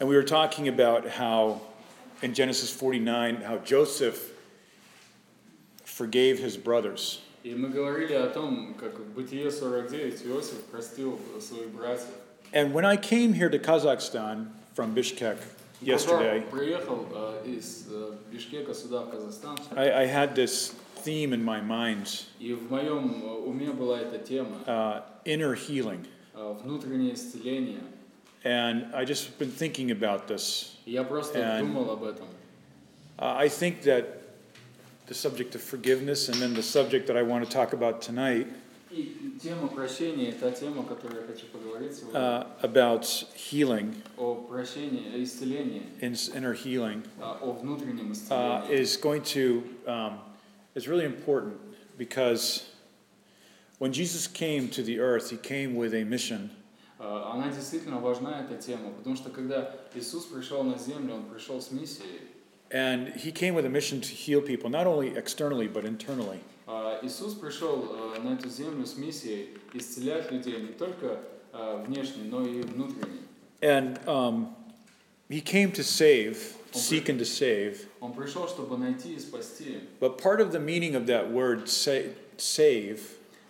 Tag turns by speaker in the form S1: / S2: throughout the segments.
S1: And we were talking about how in Genesis 49, how Joseph forgave his brothers.
S2: И мы говорили о том, как в Бытие 49 Иосиф простил своих братьев.
S1: And when I came here to Kazakhstan from Bishkek yesterday,
S2: Когда приехал э, из э, Бишкека сюда, в Казахстан,
S1: I, I had this theme in my mind
S2: и в моем э, уме была эта тема
S1: uh, inner healing.
S2: э, «Внутреннее исцеление».
S1: And I just been thinking about this.
S2: И я просто
S1: And-
S2: думал об этом.
S1: Uh, I think that the subject of forgiveness and then the subject that I want to talk about tonight
S2: И тема прощения – это тема, о которой я хочу поговорить сегодня.
S1: uh, about healing,
S2: О прощении, о исцелении,
S1: in- inner healing,
S2: а, о
S1: uh,
S2: внутреннем исцелении.
S1: is going to um, is really important because when Jesus came to the earth, he came with a mission,
S2: А, Она действительно важна, эта тема, потому что когда Иисус пришел на землю, Он пришел с миссией.
S1: and he came with a mission to heal people, not only externally but internally.
S2: А, Иисус пришел э, на эту землю с миссией исцелять людей не только э, внешне, но и внутренне.
S1: And um, he came to save, seek and to save.
S2: Он пришел, чтобы найти и спасти.
S1: But part of the meaning of that word sa- save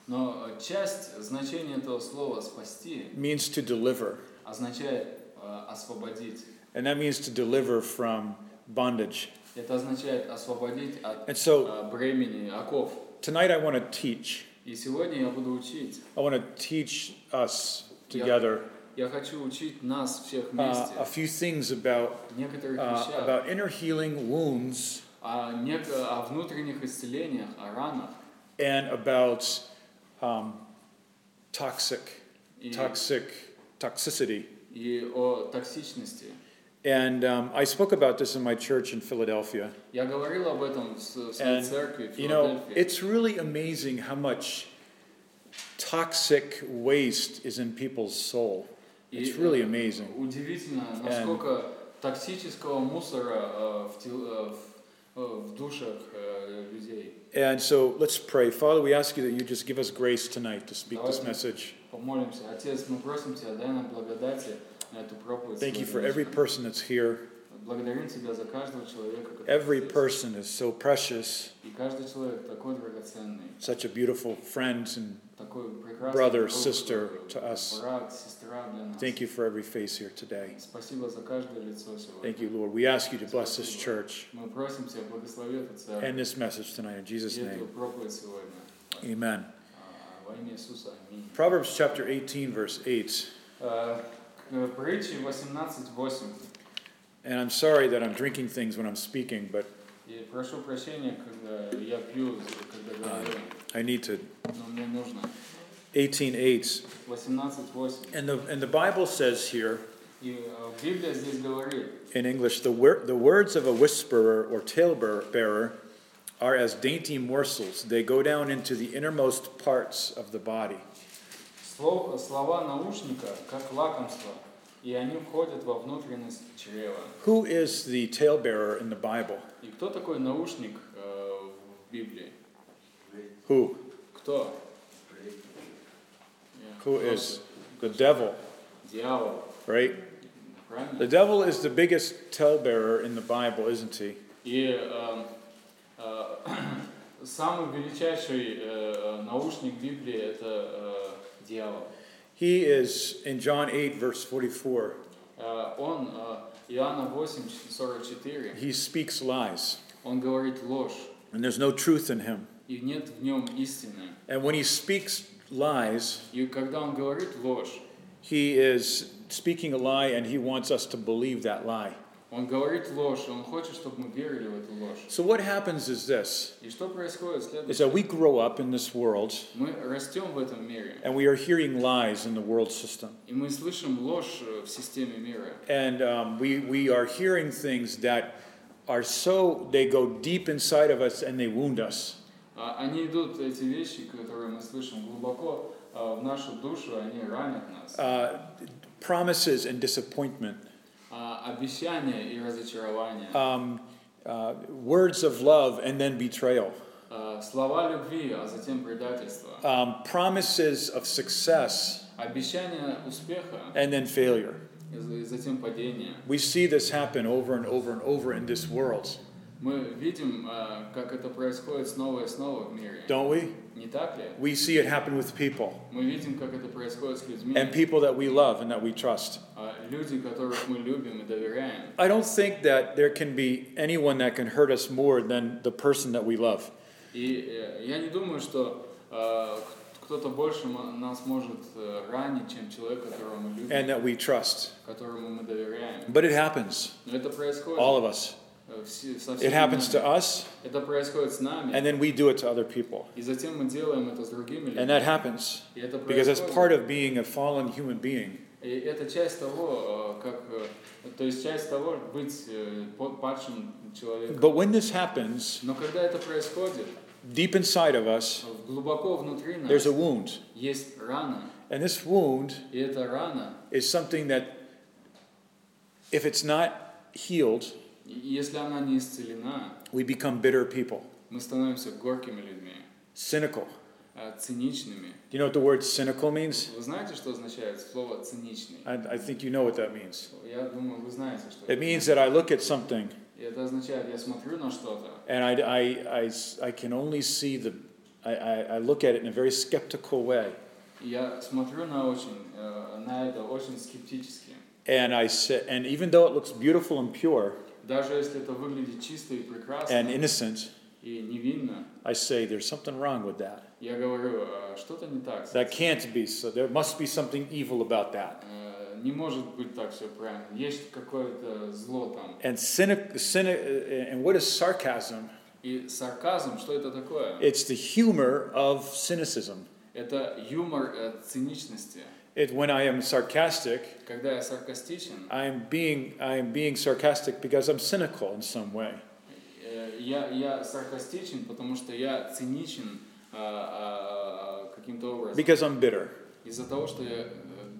S2: Но э, часть значения этого слова «спасти»
S1: means to deliver,
S2: означает э, «освободить».
S1: and that means to deliver from bondage.
S2: Это означает освободить от
S1: And so
S2: э, бремени, оков.
S1: tonight I want to teach.
S2: И сегодня я буду учить
S1: I want to teach us
S2: Yeah.
S1: together
S2: Я хочу учить нас
S1: uh,
S2: всех вместе
S1: a few things about
S2: некоторых
S1: uh,
S2: вещах,
S1: about inner healing wounds
S2: о, нек- о внутренних исцелениях, о ранах
S1: and about um, toxic
S2: и,
S1: toxic toxicity.
S2: и о токсичности.
S1: And um, I spoke about this in my church in Philadelphia.
S2: Я говорил об этом с- в своей
S1: And,
S2: церкви в
S1: You know,
S2: Филадельфии.
S1: it's really amazing how much toxic waste is in people's soul.
S2: И,
S1: It's really
S2: э,
S1: amazing.
S2: Удивительно, насколько токсического мусора э, в, тел- э, в- э, в душах э, людей.
S1: And so let's pray. Father, we ask you that you just give us grace tonight to speak this
S2: Давайте.
S1: message.
S2: Помолимся. Отец, мы просим Тебя, дай нам благодати на эту проповедь.
S1: Thank you for
S2: сегодня.
S1: every person that's here.
S2: Благодарим Тебя за каждого человека, который
S1: Every
S2: здесь.
S1: person is so precious,
S2: И каждый человек такой драгоценный.
S1: such a beautiful friend, and
S2: такой прекрасный
S1: Brother,
S2: друг,
S1: sister
S2: э,
S1: to us.
S2: брат, сестра для нас.
S1: thank you for every face here today.
S2: Спасибо за каждое лицо сегодня.
S1: Thank you, Lord. We ask you to bless this church
S2: Мы просим Тебя, благослови эту церковь
S1: and this message tonight in Jesus'
S2: и эту
S1: name.
S2: проповедь сегодня.
S1: Amen.
S2: А, Во имя Иисуса, аминь.
S1: Proverbs chapter 18, verse 8.
S2: Э, к- Притчи 18.8.
S1: And I'm sorry that I'm drinking things when I'm speaking, but
S2: И прошу прощения, когда я пью, когда говорю,
S1: I need to.
S2: но мне нужно.
S1: 18:8.
S2: 18.8.
S1: And the and the Bible says here
S2: И э, Библия здесь говорит,
S1: in English, the wor- the words of a whisperer or talebearer are as dainty morsels. They go down into the innermost parts of the body.
S2: «Слов- слова наушника, как лакомство, и они входят во внутренность чрева.
S1: Who is the talebearer in the Bible?
S2: И кто такой наушник э, в Библии?
S1: Who?
S2: Кто?
S1: Who is the devil,
S2: Дьявол,
S1: right? The
S2: правильно?
S1: devil is the biggest talebearer in the Bible, isn't he?
S2: И э, э, самый величайший э, наушник Библии это э, дьявол.
S1: He is in John 8 verse 44.
S2: Э, он, э, Иоанна 8, 44,
S1: He speaks lies,
S2: он говорит ложь,
S1: and there's no truth in him.
S2: и нет в нем истины.
S1: And when he speaks lies,
S2: И когда он говорит ложь,
S1: he is speaking a lie and he wants us to believe that lie.
S2: он говорит ложь, он хочет, чтобы мы верили в эту ложь.
S1: So what happens is this
S2: И что происходит
S1: is
S2: следующее?
S1: that we grow up in this world
S2: Мы растем в этом мире.
S1: and we are hearing lies in the world system.
S2: И мы слышим ложь э, в системе мира.
S1: And um, we, we are hearing things that are so, they go deep inside of us and they wound us.
S2: А, Они идут, эти вещи, которые мы слышим глубоко а, в нашу душу, они ранят нас.
S1: Uh, promises and disappointment,
S2: А, Обещания и разочарования,
S1: um, uh, words of love and then betrayal,
S2: а, слова любви, а затем предательство,
S1: um, promises of success
S2: обещания успеха
S1: and then failure.
S2: и за- и затем падение.
S1: We see this happen over and over and over in this world,
S2: Мы видим, а, как это происходит снова и снова в мире.
S1: don't we?
S2: Не так ли?
S1: We see it happen with people
S2: Мы видим, как это происходит с людьми.
S1: and people that we love and that we trust.
S2: А, Люди, которых мы любим и доверяем.
S1: I don't think that there can be anyone that can hurt us more than the person that we love.
S2: И э, я не думаю, что э, к- кто-то больше м- нас может э, ранить, чем человек, которого мы любим,
S1: and that we trust.
S2: которому мы доверяем.
S1: But it happens,
S2: Но это происходит
S1: all of us.
S2: э, все- со всеми
S1: It happens
S2: нами.
S1: to us,
S2: Это происходит с нами.
S1: and then we do it to other people.
S2: И затем мы делаем это с другими людьми.
S1: And that happens
S2: И это
S1: because that's
S2: происходит.
S1: part of being a fallen human being.
S2: И это часть того, э, как... э, То есть часть того, быть э, по- падшим человеком.
S1: But when this happens,
S2: Но когда это происходит,
S1: deep inside of us,
S2: в- глубоко внутри нас
S1: there's a wound.
S2: есть рана.
S1: And this wound
S2: И эта рана,
S1: is something that, if it's not healed,
S2: и- если она не исцелена,
S1: we become bitter people,
S2: мы становимся горькими людьми,
S1: cynical.
S2: а, циничными.
S1: Do you know what the word cynical means?
S2: Вы знаете, что означает слово «циничный»?
S1: I, I think you know what that means.
S2: Я думаю, вы знаете, что
S1: It
S2: это.
S1: means that I look at something
S2: И это означает, я смотрю на что-то,
S1: And I, I, I s- I can only see the, I, I, I look at it in a very skeptical way.
S2: и я смотрю на очень, э, на это очень скептически.
S1: And I say, and even though it looks beautiful and pure
S2: Даже если это выглядит чисто и прекрасно,
S1: and innocent,
S2: и невинно,
S1: I say there's something wrong with that.
S2: я говорю, «А, что-то не так. с
S1: That
S2: этим.
S1: can't be so. There must be something evil about that.
S2: Э, Не может быть так все правильно. Есть какое-то зло там.
S1: And cynic, cynic, and what is sarcasm?
S2: И сарказм, что это такое?
S1: It's the humor of cynicism.
S2: Это юмор э, циничности.
S1: It, when I am sarcastic,
S2: Когда я саркастичен,
S1: I am being, I am being sarcastic because I'm cynical in some way.
S2: э, я, я саркастичен, потому что я циничен э, э, каким-то образом.
S1: Because I'm bitter.
S2: Из-за того, что я э,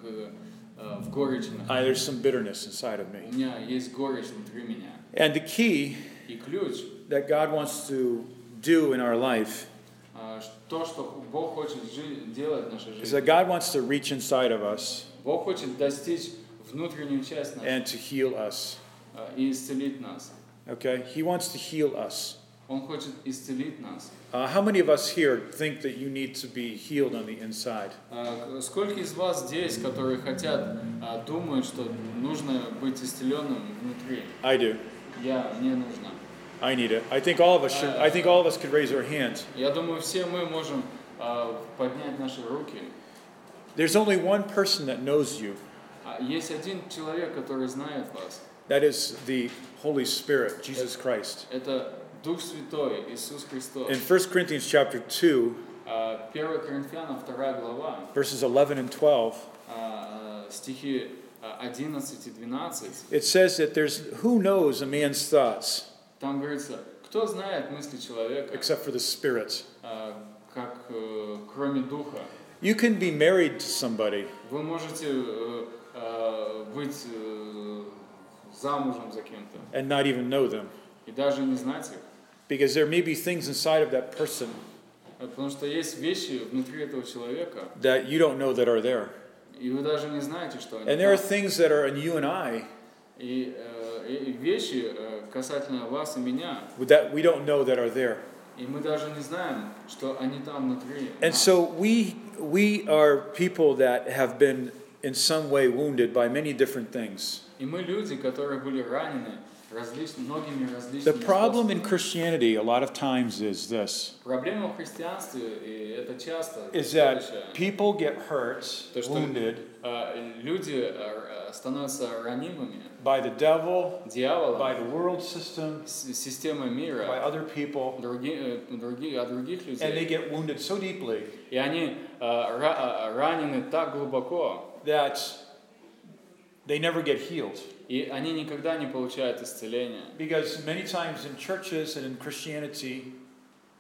S2: г- э, в горечи нахожусь.
S1: I, there's some bitterness inside of
S2: У
S1: me.
S2: меня есть горечь внутри меня.
S1: And the key
S2: И ключ,
S1: that God wants to do in our life
S2: э, ш- то, что Бог хочет жи- делать в нашей
S1: is
S2: жизни.
S1: that God wants to reach inside of us
S2: Бог хочет достичь внутреннюю часть нас
S1: and to heal us.
S2: э, и исцелить нас.
S1: Okay? He wants to heal us.
S2: Он хочет исцелить нас.
S1: Uh, how many of us here think that you need to be healed on the inside?
S2: А, к- Сколько из вас здесь, которые хотят, а, думают, что нужно быть исцеленным внутри?
S1: I do.
S2: Я, мне нужно.
S1: I need it. I think all of us should. I think all of us could raise our hands.
S2: Я думаю, все мы можем а, поднять наши руки.
S1: There's only one person that knows you.
S2: А Есть один человек, который знает вас.
S1: That is the Holy Spirit, Jesus Christ.
S2: Это Дух Святой, Иисус Христос.
S1: In 1 Corinthians chapter 2,
S2: А, 1 Коринфянам, 2 глава,
S1: verses 11 and 12,
S2: а, а, стихи а, 11 и 12.
S1: it says that there's who knows a man's thoughts
S2: Там говорится, кто знает мысли человека,
S1: except for the Spirit.
S2: а, как э, кроме Духа?
S1: You can be married to somebody,
S2: Вы можете э, э, быть э, замужем за кем-то
S1: and not even know them
S2: и даже не знать их.
S1: because there may be things inside of that person
S2: Э, Потому что есть вещи внутри этого человека,
S1: that you don't know that are there.
S2: и вы даже не знаете, что они.
S1: And there are
S2: там.
S1: things that are in you and I
S2: И, э, и- и вещи э, касательно вас и меня,
S1: that we don't know that are there.
S2: и мы даже не знаем, что они там внутри.
S1: And
S2: нас.
S1: so we we are people that have been in some way wounded by many different things.
S2: И мы люди, которые были ранены различ... многими
S1: The
S2: различными
S1: problem in
S2: способами.
S1: Christianity a lot of times is this
S2: Проблема в христианстве, и это часто,
S1: is
S2: следующая.
S1: that people get hurt,
S2: То, что-
S1: wounded
S2: А, люди а, р- а, становятся ранимыми.
S1: by the devil, by
S2: Дьявола,
S1: the world system,
S2: с- система
S1: by
S2: мира,
S1: other people,
S2: други, э, други, о других
S1: and they
S2: людей.
S1: get wounded so deeply
S2: И они а, ра- а, ранены так глубоко,
S1: that they never get healed.
S2: и они никогда не получают исцеления.
S1: Because many times in churches and in Christianity,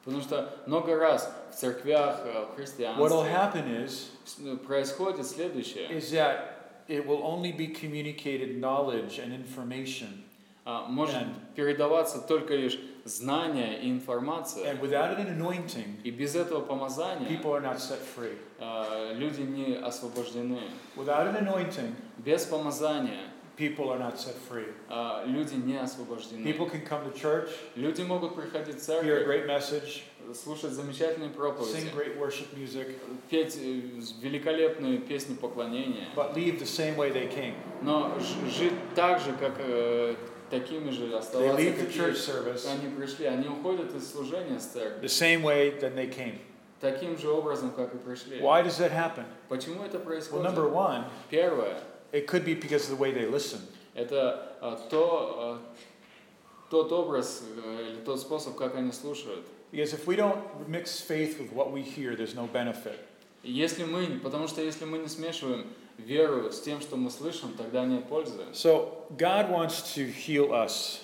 S2: Потому что много раз в церквях, э, в
S1: what will
S2: христианстве
S1: happen is,
S2: с- ну, происходит следующее.
S1: is that it will only be communicated knowledge and information.
S2: А, Может
S1: And-
S2: передаваться только лишь знания и информация.
S1: And without an anointing,
S2: И без этого помазания
S1: Эм. people are not set free.
S2: э, люди не освобождены.
S1: Without an anointing,
S2: Без помазания
S1: people are not set free.
S2: э, люди не освобождены.
S1: People can come to church,
S2: Люди могут приходить в
S1: hear a
S2: церковь,
S1: great message,
S2: слушать замечательные
S1: sing
S2: проповеди,
S1: great worship music,
S2: петь э, великолепные песни поклонения,
S1: but leave the same way they came.
S2: но ж- жить так же, как э, такими же
S1: They
S2: оставаться,
S1: leave the
S2: какие
S1: church service
S2: они пришли. Они уходят из служения с церкви
S1: the same way that they came.
S2: таким же образом, как и пришли.
S1: Why does that happen?
S2: Почему это
S1: Well,
S2: происходит?
S1: number one,
S2: Первое
S1: it could be because of the way they listen.
S2: – это э, то, э, тот образ э, или тот способ, как они слушают.
S1: Because if we don't mix faith with what we hear, there's no benefit.
S2: Если мы, потому что если мы не смешиваем веру с тем, что мы слышим, тогда нет пользы.
S1: So God wants to heal us,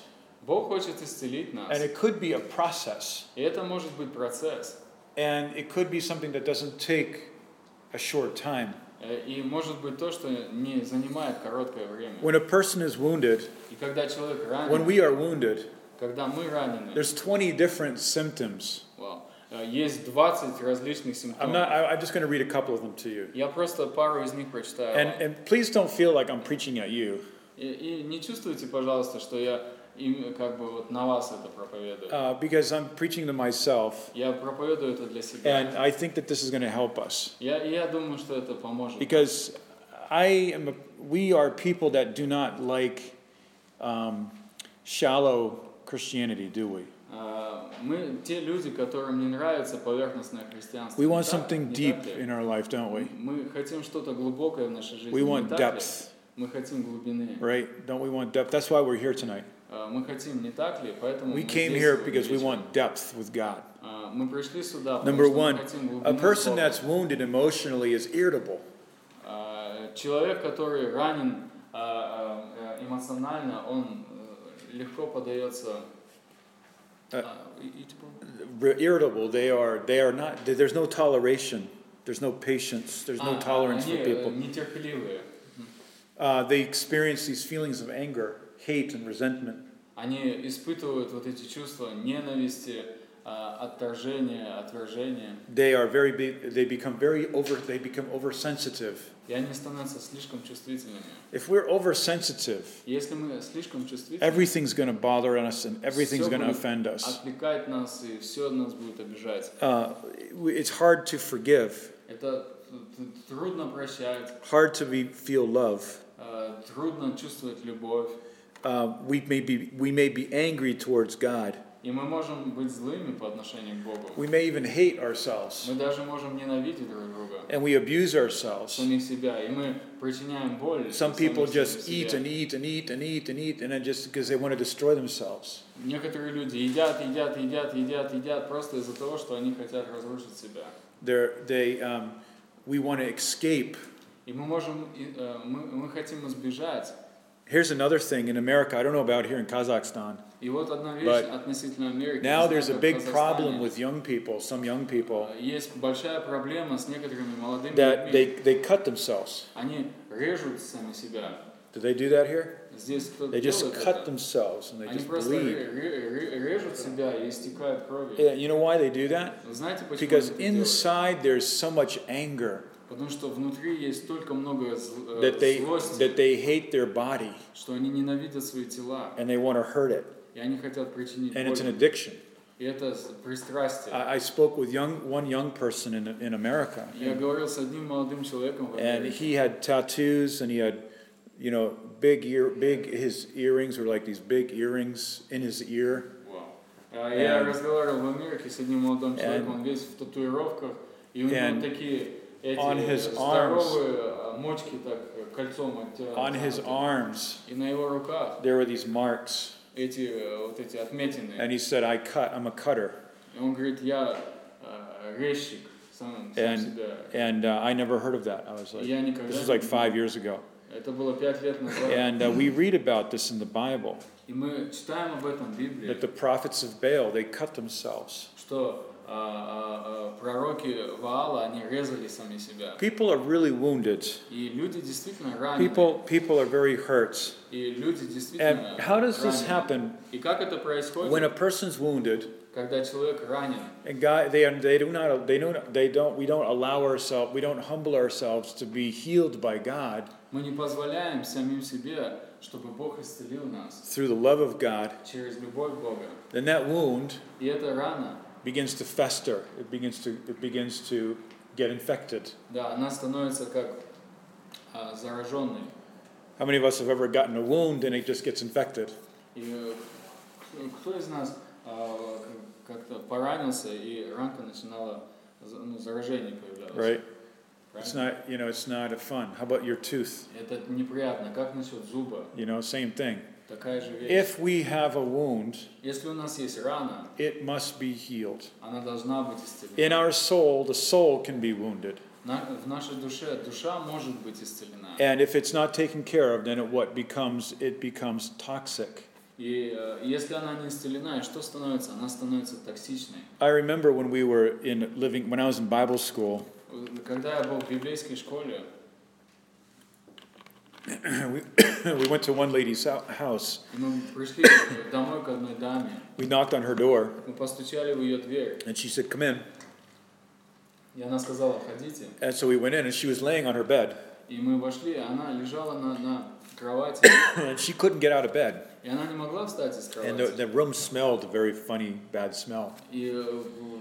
S2: Бог хочет исцелить
S1: and
S2: нас.
S1: it could be a process,
S2: И это может быть процесс.
S1: and it could be something that doesn't take a short time.
S2: Э, И может быть то, что не занимает короткое время.
S1: When a person is wounded,
S2: И когда человек
S1: when
S2: ранен,
S1: we are wounded,
S2: когда мы ранены,
S1: there's 20 different symptoms.
S2: вау, э, есть 20
S1: I'm
S2: различных симптомов.
S1: not. I, I'm just going to read a couple of them to you.
S2: Я просто пару из них прочитаю.
S1: And
S2: вам.
S1: and please don't feel like I'm preaching at you.
S2: И, и не чувствуйте, пожалуйста, что я им как бы вот на вас это проповедую.
S1: uh, because I'm preaching to myself,
S2: Я проповедую это для себя.
S1: and I think that this is going to help us.
S2: Я, и я думаю, что это поможет.
S1: Because I am, a, we are people that do not like um, shallow Christianity, do we?
S2: А, Мы те люди, которым не нравится поверхностное христианство.
S1: We
S2: не
S1: want
S2: так-
S1: something
S2: не
S1: deep
S2: так ли?
S1: in our life, don't we?
S2: Мы хотим что-то глубокое в нашей жизни.
S1: We
S2: не
S1: want
S2: так ли?
S1: depth,
S2: Мы хотим глубины.
S1: right? Don't we want depth? That's why we're here tonight.
S2: А, Мы хотим, не так ли? Поэтому
S1: We
S2: мы
S1: came
S2: здесь
S1: here
S2: сегодня
S1: because we
S2: вечером.
S1: want depth with God.
S2: А, Мы пришли сюда, потому
S1: Number
S2: что мы
S1: one,
S2: хотим глубины
S1: a person
S2: Бога.
S1: that's wounded emotionally is irritable.
S2: А, Человек, который ранен а, а, э, эмоционально, он э, легко подается...
S1: Э.
S2: а, и- и типа,
S1: Irritable, they are. They are not. There's no toleration. There's no patience. There's
S2: а,
S1: no tolerance
S2: они,
S1: for
S2: э,
S1: people.
S2: нетерпеливые.
S1: Uh, they experience these feelings of anger, hate, and resentment.
S2: Они испытывают вот эти чувства ненависти, а, отторжения, отвержения.
S1: They are very. Be- they become very over. They become oversensitive.
S2: И они становятся слишком чувствительными.
S1: If we're oversensitive,
S2: Если мы слишком чувствительны,
S1: everything's going to bother us and everything's
S2: Всё
S1: going to
S2: будет
S1: offend us.
S2: отвлекать нас, и все нас будет обижать.
S1: Uh, it's hard to forgive,
S2: Это э, т- т- трудно прощать,
S1: hard to be, feel love.
S2: э, трудно чувствовать любовь.
S1: Uh, we may be. We may be angry towards God.
S2: И мы можем быть злыми по отношению к Богу.
S1: We may even hate ourselves,
S2: Мы даже можем ненавидеть друг друга,
S1: and we abuse ourselves.
S2: самих себя, и мы причиняем боль.
S1: Some
S2: самим
S1: people
S2: себе-
S1: just
S2: себе.
S1: eat and eat and eat and eat and eat, and then just because they want to destroy themselves.
S2: Некоторые люди едят, едят, едят, едят, едят просто из-за того, что они хотят разрушить себя.
S1: They're, they, um, we want to escape.
S2: И мы можем, и, э, мы, мы хотим избежать.
S1: Here's another thing in America. I don't know about here in Kazakhstan.
S2: И вот одна вещь
S1: But
S2: относительно Америки.
S1: Now
S2: не знаю,
S1: there's a
S2: как в
S1: big
S2: Казахстане.
S1: problem with young people, some young people,
S2: Э, Есть большая проблема с некоторыми молодыми
S1: that
S2: людьми.
S1: they, they cut themselves.
S2: Они режут сами себя.
S1: Do they do that here?
S2: Здесь кто-то
S1: They just
S2: делает это.
S1: cut themselves and they
S2: Они
S1: just
S2: просто
S1: bleed.
S2: ре- ре- ре- режут себя и истекают кровью.
S1: Yeah, you know why they do that?
S2: Вы Знаете, почему
S1: Э, Because
S2: они это делают?
S1: inside there's so much anger
S2: Потому что внутри есть столько много зл- э,
S1: that they,
S2: злости,
S1: that they hate their body
S2: что они ненавидят свои тела,
S1: and they want to hurt it.
S2: и они хотят причинить
S1: And it's an А,
S2: боль.
S1: addiction.
S2: И это с- пристрастие.
S1: I, I spoke with young, one young person in, in America.
S2: Я говорил с одним молодым человеком в
S1: and
S2: Америке.
S1: he had tattoos and he had you know big ear big his earrings were like these big earrings in his ear
S2: Вау. А Я
S1: And-
S2: разговаривал в Америке с одним молодым человеком,
S1: And-
S2: он весь в татуировках, и у него
S1: And
S2: такие эти
S1: on his
S2: э,
S1: arms-
S2: здоровые э, мочки так э, кольцом
S1: on his
S2: оттянуты.
S1: arms
S2: И на его руках
S1: there were these marks
S2: эти э, вот эти отметины.
S1: and he said i cut i'm a cutter
S2: И он говорит, я э, резчик сам, сам
S1: And-
S2: себя.
S1: and uh, i never heard of that i was
S2: И
S1: like
S2: я никогда...
S1: this was
S2: не-
S1: like five years ago
S2: Это было пять лет назад.
S1: and uh, we read about this in the bible
S2: И мы читаем об этом в Библии,
S1: that the prophets of baal they cut themselves
S2: что э, а, а, а, пророки Ваала, они резали сами себя.
S1: People are really wounded.
S2: И люди действительно ранены.
S1: People, people are very hurt.
S2: И люди действительно
S1: And how does this
S2: ранены.
S1: happen
S2: И как это происходит,
S1: when a person's wounded
S2: когда человек ранен?
S1: and God, they, they do not, they do not, they don't, we don't allow ourselves, we don't humble ourselves to be healed by God
S2: Мы не позволяем самим себе, чтобы Бог исцелил нас
S1: through the love of God,
S2: через любовь Бога.
S1: then that wound
S2: И эта рана,
S1: begins to fester. It begins to, it begins to get infected.
S2: да, она становится как а, зараженной.
S1: How many of us have ever gotten a wound and it just gets infected?
S2: И э, кто- кто из нас а, к- как-то поранился, и ранка начинала, за- ну, заражение появлялось.
S1: Right? It's
S2: правильно?
S1: not, you know, it's not a fun. How about your tooth?
S2: Это неприятно. Как насчет зуба?
S1: You know, same thing.
S2: Такая же вещь.
S1: If we have a wound,
S2: Если у нас есть рана,
S1: it must be healed.
S2: она должна быть исцелена.
S1: In our soul, the soul can be wounded.
S2: На- в нашей душе душа может быть исцелена.
S1: And if it's not taken care of, then it what becomes it becomes toxic.
S2: И э, если она не исцелена, и что становится? Она становится токсичной.
S1: I remember when we were in living when I was in Bible school,
S2: Э, Когда я был в библейской школе,
S1: we, we went to one lady's hou- house.
S2: и мы пришли домой к одной даме,
S1: We knocked on her door
S2: мы постучали в ее дверь,
S1: and she said, "Come in."
S2: и она сказала, ходите.
S1: And so we went in, and she was laying on her bed,
S2: И мы вошли, и она лежала на, на кровати,
S1: and she couldn't get out of bed.
S2: и она не могла встать из
S1: And uh, the,
S2: кровати.
S1: the room smelled a very funny, bad smell.
S2: И э, в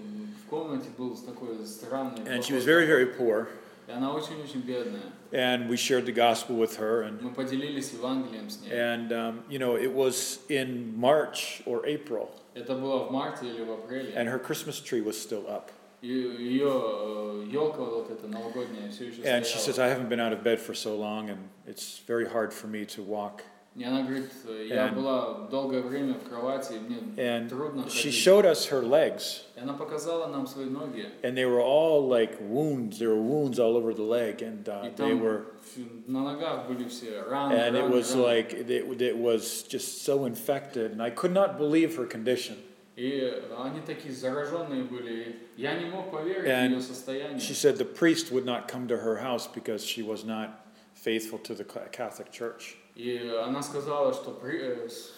S2: в комнате был такой странный
S1: And she
S2: поход.
S1: was very, very poor.
S2: И она очень-очень бедная.
S1: And we shared the gospel with her, and
S2: Мы поделились Евангелием с ней.
S1: and um, you know it was in March or April,
S2: Это было в марте или в апреле.
S1: and her Christmas tree was still up.
S2: И ее елка вот эта новогодняя все еще
S1: And she says,
S2: стояла.
S1: "I haven't been out of bed for so long, and it's very hard for me to walk."
S2: И она говорит, я
S1: And-
S2: была долгое время в кровати, и мне
S1: And
S2: трудно
S1: she
S2: ходить.
S1: showed us her legs,
S2: И она показала нам свои ноги.
S1: and they were all like wounds. There were wounds all over the leg, and uh,
S2: И
S1: they
S2: там
S1: were
S2: всю- на ногах были все раны,
S1: and it
S2: раны,
S1: was
S2: раны.
S1: like it, it was just so infected and i could not believe her condition
S2: И они такие зараженные были. Я не мог поверить
S1: And
S2: в ее состояние.
S1: she said the priest would not come to her house because she was not faithful to the Ca- catholic church
S2: И она сказала, что при- э, с-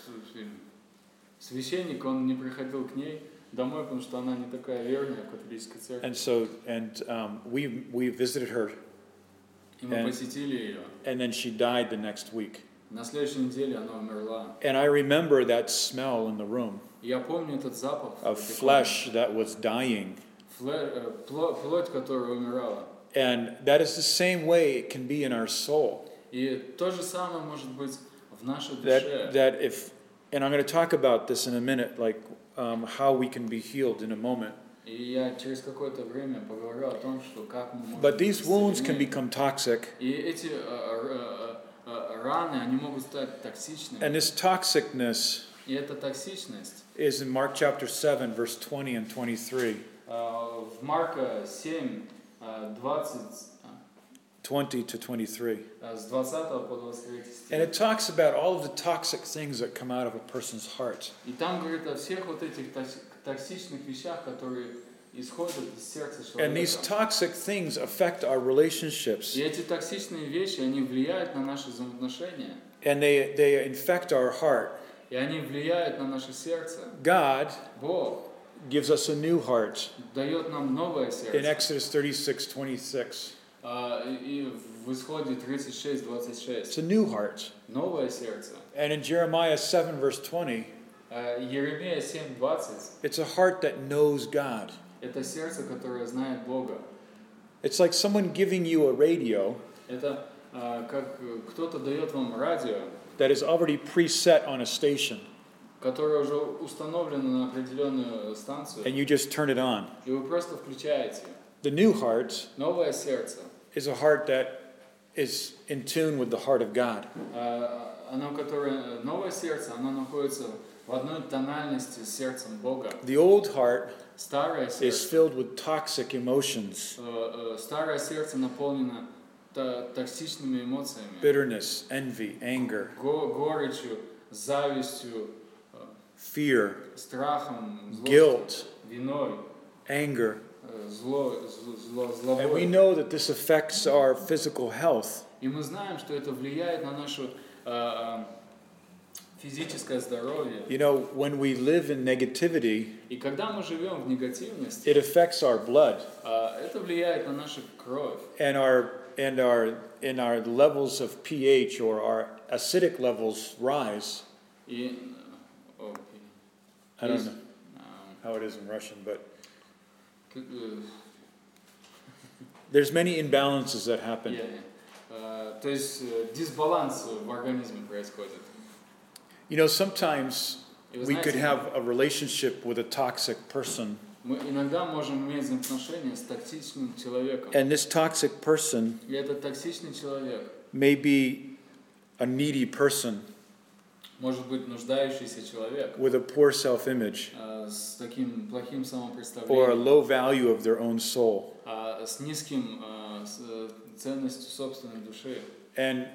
S2: с- священник, он не приходил к ней домой, потому что она не такая верная в католической церкви.
S1: and so and um, we we visited her
S2: И мы
S1: and-
S2: посетили ее.
S1: and then she died the next week
S2: На следующей неделе она умерла.
S1: and i remember that smell in the room
S2: И я помню этот запах.
S1: of
S2: этой
S1: flesh that was dying
S2: комнаты. Фле- э, пло- плоть, которая умирала.
S1: and that is the same way it can be in our soul
S2: И то же самое может быть в нашей душе.
S1: that that if and i'm going to talk about this in a minute like um, how we can be healed in a moment
S2: И я через какое-то время поговорю о том, что как мы можем
S1: But these
S2: быть
S1: wounds can
S2: исцелены.
S1: become toxic,
S2: И эти э, э, э, э, раны, они могут стать токсичными.
S1: and this toxicness
S2: И эта токсичность
S1: is in Mark chapter 7, verse 20 and 23.
S2: э, в Марка 7, э, 20,
S1: 20 to 23.
S2: э, с 20 по 23
S1: And
S2: стих.
S1: it talks about all of the toxic things that come out of a person's heart.
S2: И там говорит о всех вот этих токс- токсичных вещах, которые исходят из сердца
S1: And these
S2: человека.
S1: toxic things affect our relationships,
S2: И эти токсичные вещи, они влияют на наши взаимоотношения.
S1: and they, they infect our heart.
S2: И они влияют на наше сердце.
S1: God
S2: Бог
S1: gives us a new heart
S2: дает нам новое сердце.
S1: in Exodus 36, 26.
S2: А, и и в исходе 36, 26.
S1: It's a new heart.
S2: Новое сердце.
S1: And in Jeremiah 7, verse 20,
S2: А, Еремея 7, 20.
S1: it's a heart that knows God.
S2: Это сердце, которое знает Бога.
S1: It's like someone giving you a radio
S2: Это а, как э, кто-то дает вам радио,
S1: that is already preset on a station
S2: которое уже установлено на определенную станцию,
S1: and you just turn it on.
S2: и вы просто включаете.
S1: The new heart
S2: Новое сердце.
S1: is a heart that is in tune with the heart of God.
S2: А, оно, которое, новое сердце, оно находится в одной тональности с сердцем Бога.
S1: The old heart
S2: Старое сердце.
S1: is filled with toxic emotions,
S2: Э, э, Старое сердце наполнено то- токсичными эмоциями,
S1: bitterness, envy, anger,
S2: го- горечью, завистью,
S1: fear,
S2: страхом, злостью,
S1: guilt,
S2: виной,
S1: anger.
S2: э, зло, з- зло,
S1: And we
S2: злобой.
S1: know that this affects our physical health.
S2: И мы знаем, что это влияет на наше э, э, физическое здоровье.
S1: You know, when we live in negativity,
S2: И когда мы живем в негативности,
S1: it affects our blood
S2: э, это влияет на нашу кровь.
S1: and our and our and our levels of pH or our acidic levels rise.
S2: И, э, о,
S1: I don't
S2: Is-
S1: know
S2: э,
S1: how it is in Russian, but
S2: к- э,
S1: there's many imbalances that happen.
S2: я- я. Э, то есть э, дисбаланс в организме происходит.
S1: You know, sometimes
S2: И вы
S1: we could
S2: знаете,
S1: have a relationship with a toxic person,
S2: мы иногда можем иметь отношения с токсичным человеком.
S1: and this toxic person
S2: И этот токсичный человек
S1: may be a needy person
S2: может быть нуждающийся человек
S1: with a poor self-image
S2: э, с таким
S1: or
S2: плохим
S1: a
S2: самопредставлением,
S1: low value of their own soul.
S2: а, с низким э, с, э, ценностью собственной души.
S1: And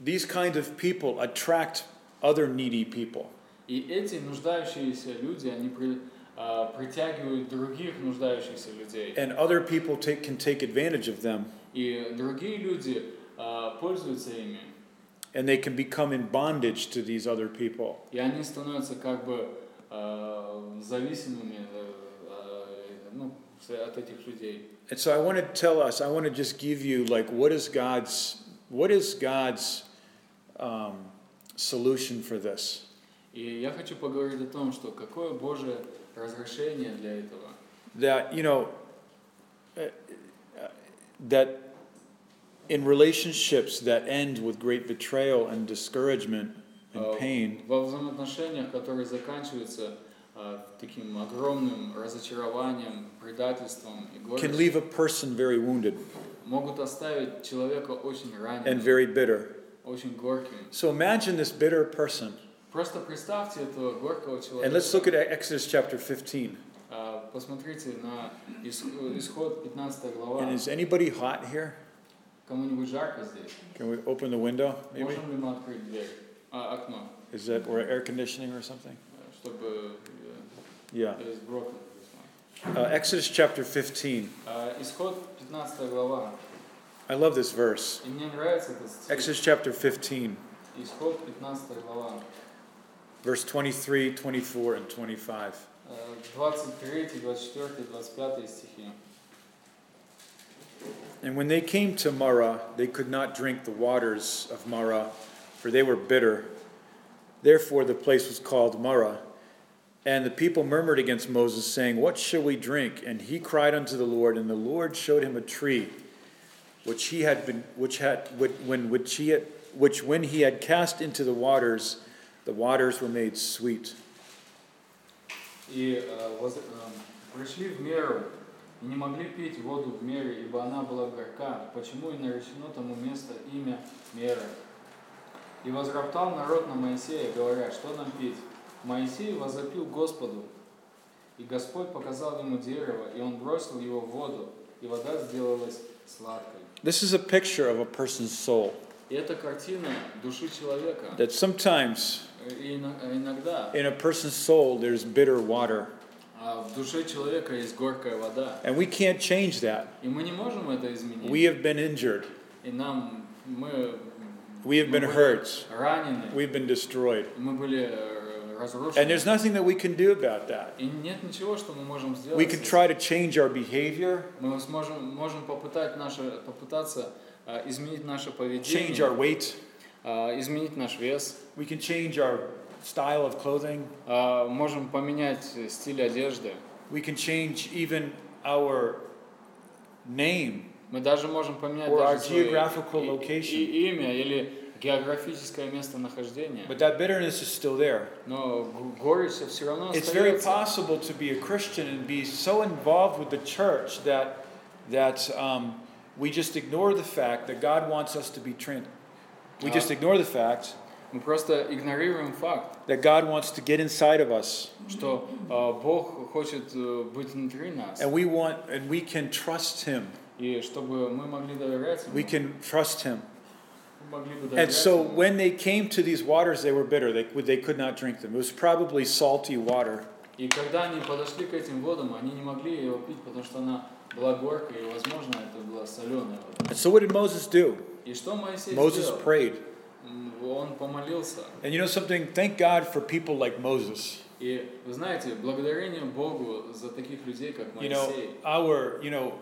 S1: these kinds of people attract other needy people.
S2: И эти нуждающиеся люди, они при- э, притягивают других нуждающихся людей.
S1: and other people take, can take advantage of them
S2: И другие люди э, пользуются ими.
S1: and they can become in bondage to these other people
S2: И они становятся как бы э, зависимыми э, э, ну, с- от этих людей.
S1: and so i want to tell us i want to just give you like what is god's what is god's um, solution for this
S2: И я хочу поговорить о том, что какое Божие разрешение для этого.
S1: that you know uh, uh, that in relationships that end with great betrayal and discouragement and
S2: Э,
S1: pain
S2: Во взаимоотношениях, которые заканчиваются э, таким огромным разочарованием, предательством и
S1: can
S2: горечью,
S1: leave a person very wounded
S2: могут оставить человека очень
S1: and
S2: раненым,
S1: very bitter
S2: очень горьким.
S1: so imagine this bitter person
S2: Просто представьте этого горького человека.
S1: And let's look at Exodus chapter 15.
S2: А, Посмотрите на ис- исход 15
S1: And
S2: глава.
S1: is anybody hot here?
S2: Кому-нибудь жарко здесь?
S1: Can we open the window? Maybe
S2: Можем ли мы открыть дверь? А, окно,
S1: is that or air conditioning or something?
S2: э, чтобы
S1: Yeah.
S2: э, из брока.
S1: Uh, Exodus chapter 15.
S2: А, Исход 15 глава.
S1: I love this verse.
S2: И мне нравится этот стих.
S1: Exodus chapter 15,
S2: Исход 15 глава.
S1: verse 23, 24, and 25.
S2: Э, 23, 24, 25 стихи.
S1: And when they came to Marah, they could not drink the waters of Marah, for they were bitter. Therefore, the place was called Marah. And the people murmured against Moses, saying, What shall we drink? And he cried unto the Lord, and the Lord showed him a tree, which he had been, which had, which- when, which he had, which when he had cast into the waters, the waters were made sweet.
S2: И э, воз- э, пришли в меру, и не могли пить воду в мере, ибо она была горька, почему и наречено тому место имя меры. И возроптал народ на Моисея, говоря, что нам пить? Моисей возопил Господу, и Господь показал ему дерево, и он бросил его в воду, и вода сделалась сладкой.
S1: This is a picture of a person's soul
S2: И это картина души человека.
S1: that sometimes
S2: И ино- иногда
S1: in a person's soul there's bitter water.
S2: а, в душе человека есть горькая вода.
S1: And we can't change that.
S2: И мы не можем это изменить.
S1: We have been injured.
S2: И нам мы,
S1: We have
S2: мы
S1: been
S2: были
S1: hurt.
S2: ранены,
S1: We've been destroyed.
S2: мы были э,
S1: And
S2: разрушены.
S1: there's nothing that we can do about that.
S2: И нет ничего, что мы можем сделать.
S1: We can
S2: с
S1: try to change our behavior,
S2: этим. Мы сможем, можем попытать наше, попытаться э, изменить наше
S1: change
S2: поведение,
S1: our weight,
S2: э, изменить наш вес,
S1: we can change our style of clothing,
S2: э, можем поменять э, стиль одежды.
S1: we can change even our name.
S2: Мы даже можем поменять
S1: Or
S2: даже
S1: our
S2: свое и-
S1: geographical
S2: и-
S1: location.
S2: и имя или географическое местонахождение.
S1: But that bitterness is still there.
S2: Но г- горечь все равно
S1: It's very
S2: остается.
S1: possible to be a Christian and be so involved with the church that, that um, we just ignore the fact that God wants us to be trans. We just ignore the fact
S2: Мы просто игнорируем факт,
S1: that God wants to get inside of us
S2: что э, Бог хочет э, быть внутри нас,
S1: and we want and we can trust him.
S2: и чтобы мы могли доверять Ему,
S1: We can trust him.
S2: мы могли бы
S1: And
S2: доверять
S1: so
S2: Ему.
S1: when they came to these waters they were bitter. They, they could not drink them. It was probably salty water.
S2: И когда они подошли к этим водам, они не могли ее пить, потому что она была горькая, и, возможно, это была соленая вода.
S1: And so what did Moses do?
S2: И что Моисей
S1: Moses
S2: сделал?
S1: prayed.
S2: М, Он помолился.
S1: And you know something? Thank God for people like Moses.
S2: И, вы знаете, благодарение Богу за таких людей, как
S1: You know,
S2: Моисей.
S1: our, you know,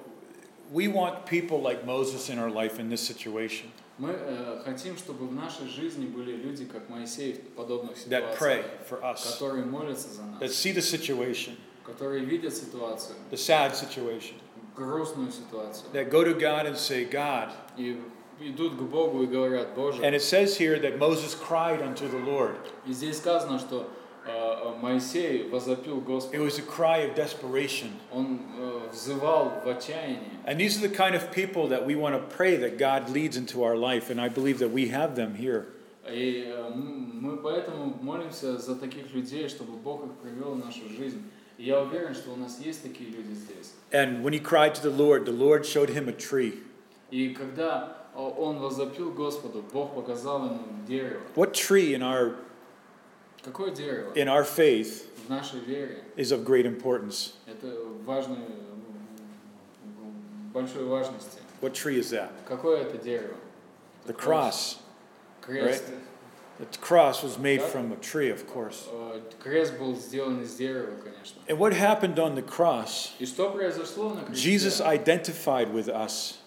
S1: we want people like Moses in our life in this situation
S2: Мы э, хотим, чтобы в нашей жизни были люди, как Моисей, в подобных
S1: that pray
S2: ситуациях,
S1: for us,
S2: которые молятся за нас,
S1: that see the situation,
S2: которые видят ситуацию,
S1: the sad situation,
S2: грустную ситуацию,
S1: that go to God and say, God.
S2: и идут к Богу и говорят, Боже,
S1: And it says here that Moses cried unto the Lord.
S2: И здесь сказано, что э, э, Моисей возопил
S1: It
S2: Господа.
S1: was a cry of desperation.
S2: Он э, взывал в отчаянии.
S1: And these are the kind of people that we want to pray that God leads into our life. And I believe that we have them here.
S2: И э, м- мы поэтому молимся за таких людей, чтобы Бог их привел в нашу жизнь. И я уверен, что у нас есть такие люди здесь.
S1: And when he cried to the Lord, the Lord showed him a tree.
S2: И когда э, он возопил Господу, Бог показал ему дерево.
S1: What tree in our
S2: Какое дерево?
S1: in our faith
S2: В нашей вере.
S1: is of great importance?
S2: Это важный, м, большой важности.
S1: What tree is that?
S2: Какое это дерево?
S1: The cross.
S2: Крест.
S1: The cross was made from a tree, of course.
S2: Э, Крест был сделан из дерева, конечно.
S1: And what happened on the cross?
S2: И что произошло на кресте?
S1: Jesus identified with us.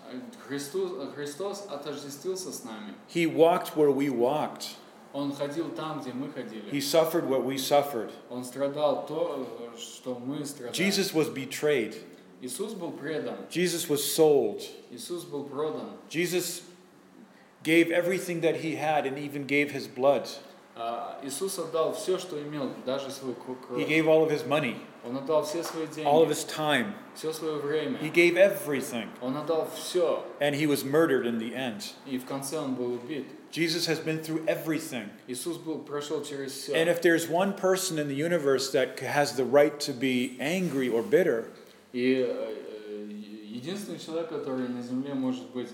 S2: Христу- Христос отождествился с нами.
S1: He walked where we walked.
S2: Он ходил там, где мы
S1: He
S2: ходили.
S1: suffered what we suffered.
S2: Он страдал то, что мы страдали.
S1: Jesus was betrayed.
S2: Иисус был предан.
S1: Jesus was sold.
S2: Иисус был продан.
S1: Jesus gave everything that he had and even gave his blood.
S2: А, Иисус отдал все, что имел, даже свою ко-
S1: He
S2: кровь.
S1: gave all of his money,
S2: Он отдал все свои
S1: all of
S2: деньги,
S1: his time.
S2: все свое
S1: He
S2: время.
S1: gave everything.
S2: Он отдал все,
S1: And he was murdered in the end.
S2: и в конце он был убит.
S1: Jesus has been through everything.
S2: Иисус был прошел через все.
S1: And if there's one person in the universe that c- has the right to be angry or bitter,
S2: И э, э, единственный человек, который на земле может быть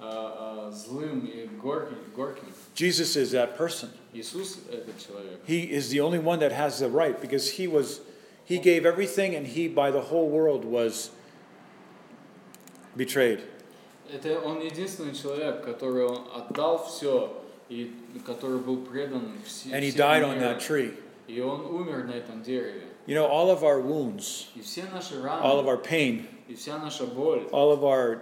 S2: э, э, злым и горьким, горьким,
S1: Jesus is that person.
S2: Иисус этот человек.
S1: He is the only one that has the right because he was he gave everything and he by the whole world was betrayed.
S2: Это он единственный человек, который он отдал все и который был предан все.
S1: And he
S2: всем
S1: died on
S2: миру.
S1: that tree.
S2: И он умер на этом дереве.
S1: You know, all of our wounds,
S2: И все наши раны,
S1: all of our pain,
S2: и вся наша боль,
S1: all of our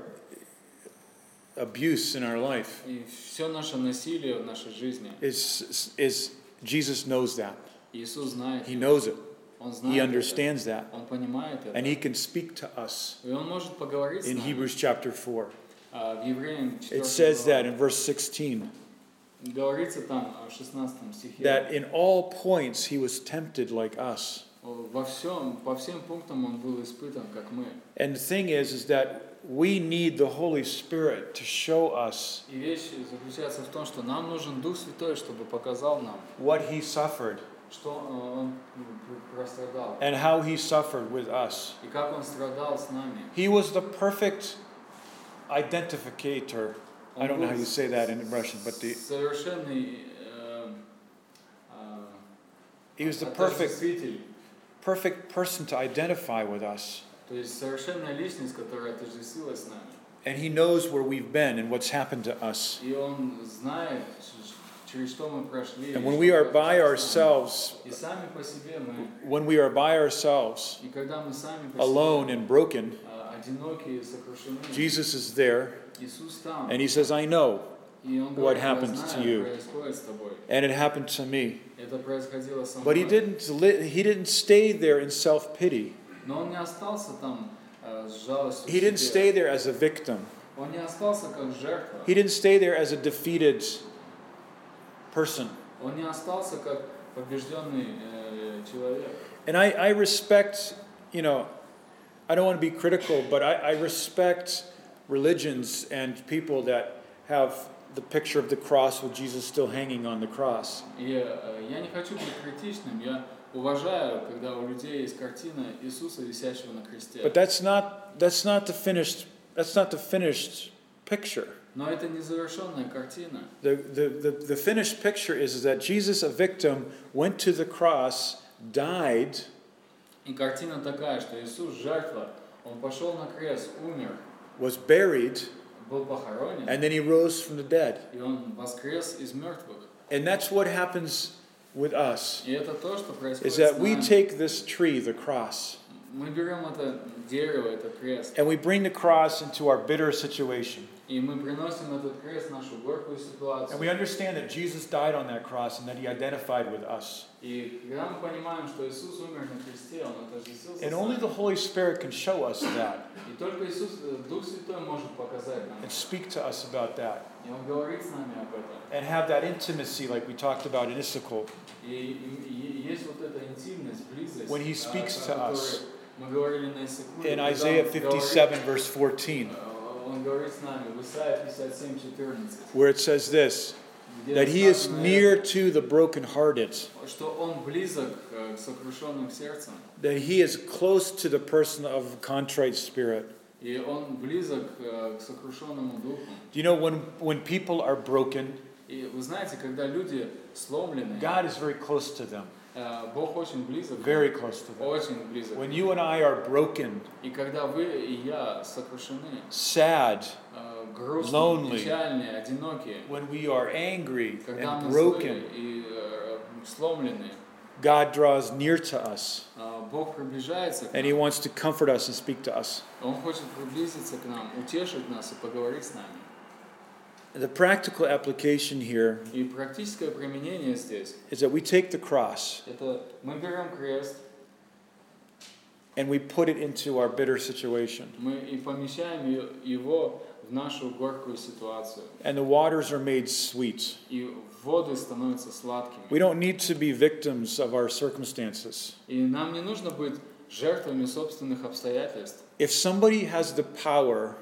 S1: abuse in our life
S2: и все наше насилие в нашей жизни.
S1: is is Jesus knows that.
S2: Иисус знает.
S1: He knows it.
S2: он
S1: He
S2: знает. это.
S1: understands that.
S2: Он понимает это.
S1: And he can speak to us
S2: И он может поговорить с
S1: in
S2: нами.
S1: Hebrews chapter 4.
S2: А, в Евреям 4
S1: It says that in verse 16
S2: Говорится там а, в 16 стихе.
S1: that in all points he was tempted like us.
S2: Во всем, по всем пунктам он был испытан, как мы.
S1: And the thing is is that we need the Holy Spirit to show us
S2: И вещь заключается в том, что нам нужен Дух Святой, чтобы показал нам,
S1: what he suffered
S2: что э, он пр- прострадал.
S1: and how he suffered with us.
S2: И как он страдал с нами.
S1: He was the perfect identificator. I don't know how you say that in Russian, but the,
S2: Совершенный э, э,
S1: he was the perfect,
S2: отождествитель.
S1: perfect person to identify with us.
S2: То есть совершенная личность, которая отождествилась с нами.
S1: And he knows where we've been and what's happened to us.
S2: И он знает, ч- через что мы прошли.
S1: And
S2: и
S1: when
S2: что
S1: we are
S2: произошло
S1: by
S2: с нами.
S1: ourselves,
S2: И сами по себе мы,
S1: when we are by ourselves,
S2: и когда мы сами по
S1: alone
S2: себе
S1: and broken,
S2: а, одинокие и сокрушены,
S1: Jesus is there
S2: Иисус там,
S1: and he says, I know.
S2: и Он
S1: what
S2: говорит, «Я
S1: happens to
S2: знаю,
S1: you».
S2: происходит с тобой.
S1: And it happened to me.
S2: Это происходило со
S1: But
S2: мной.
S1: he didn't, li- he didn't stay there in self pity.
S2: Но Он не остался там а, с жалостью к
S1: He didn't
S2: себе.
S1: stay there as a victim.
S2: Он не остался как жертва.
S1: He didn't stay there as a defeated person.
S2: Он не остался как побежденный э, человек.
S1: And I, I respect, you know, I don't want to be critical, but I, I respect religions and people that have the picture of the cross with Jesus still hanging on the cross.
S2: И э, я не хочу быть критичным. Я уважаю, когда у людей есть картина Иисуса, висящего на кресте.
S1: But that's not that's not the finished that's not the finished picture.
S2: Но это незавершенная картина.
S1: The, the, the, the finished picture is, is that Jesus, a victim, went to the cross, died,
S2: И картина такая, что Иисус жертва, он пошел на крест, умер,
S1: was buried,
S2: был похоронен,
S1: and then he rose from the dead.
S2: и он воскрес из мертвых.
S1: And that's what happens with us
S2: И это то, что происходит
S1: is
S2: с
S1: that we
S2: нами.
S1: take this tree, the cross,
S2: Мы берем это дерево, этот крест,
S1: and we bring the cross into our bitter situation.
S2: и мы приносим этот крест в нашу горькую
S1: And
S2: ситуацию.
S1: we understand that Jesus died on that cross and that he identified with us.
S2: И когда мы понимаем, что Иисус умер на кресте, Он отождествился с
S1: And only
S2: нами.
S1: the Holy Spirit can show us that
S2: И только Иисус, э, Дух Святой может показать нам.
S1: and speak to us about that
S2: И Он говорит с нами об этом.
S1: and have that intimacy like we talked about in Issachar.
S2: И, и- и есть вот эта интимность, близость,
S1: When he
S2: а,
S1: speaks to
S2: о которой
S1: us.
S2: мы говорили на Иссыкуле,
S1: In
S2: когда он
S1: Isaiah
S2: говорит,
S1: 57, verse 14,
S2: э, Он говорит с нами, в Исаии 57, 14,
S1: where it says this
S2: где
S1: that he is
S2: сказано,
S1: near to the brokenhearted,
S2: что Он близок э, к сокрушенным сердцем,
S1: that he is close to the person of contrite spirit.
S2: и Он близок э, к сокрушенному духу.
S1: Do you know when, when people are broken,
S2: И вы знаете, когда люди сломлены,
S1: God is very close to them,
S2: э, Бог очень близок,
S1: very close to them.
S2: очень близок.
S1: When you and I are broken,
S2: И когда вы и я сокрушены,
S1: sad,
S2: э, грустные,
S1: Lonely.
S2: печальные, одинокие,
S1: when we are angry
S2: Когда
S1: and
S2: мы
S1: broken,
S2: злые и э, сломлены,
S1: God draws near to us
S2: э, Бог приближается к
S1: and He
S2: нам.
S1: wants to comfort us and speak to us.
S2: Он хочет приблизиться к нам, утешить нас и поговорить с нами.
S1: The practical application here
S2: И практическое применение здесь –
S1: is that we take the cross
S2: это мы берем крест,
S1: and we put it into our биtter situation,
S2: мы и помещаем е- его в нашу горькую ситуацию.
S1: and the waters are made sweet.
S2: И воды становятся
S1: We
S2: сладкими.
S1: don't need to be victims of our circumstances.
S2: И нам не нужно быть жертвами собственных обстоятельств.
S1: If somebody has the power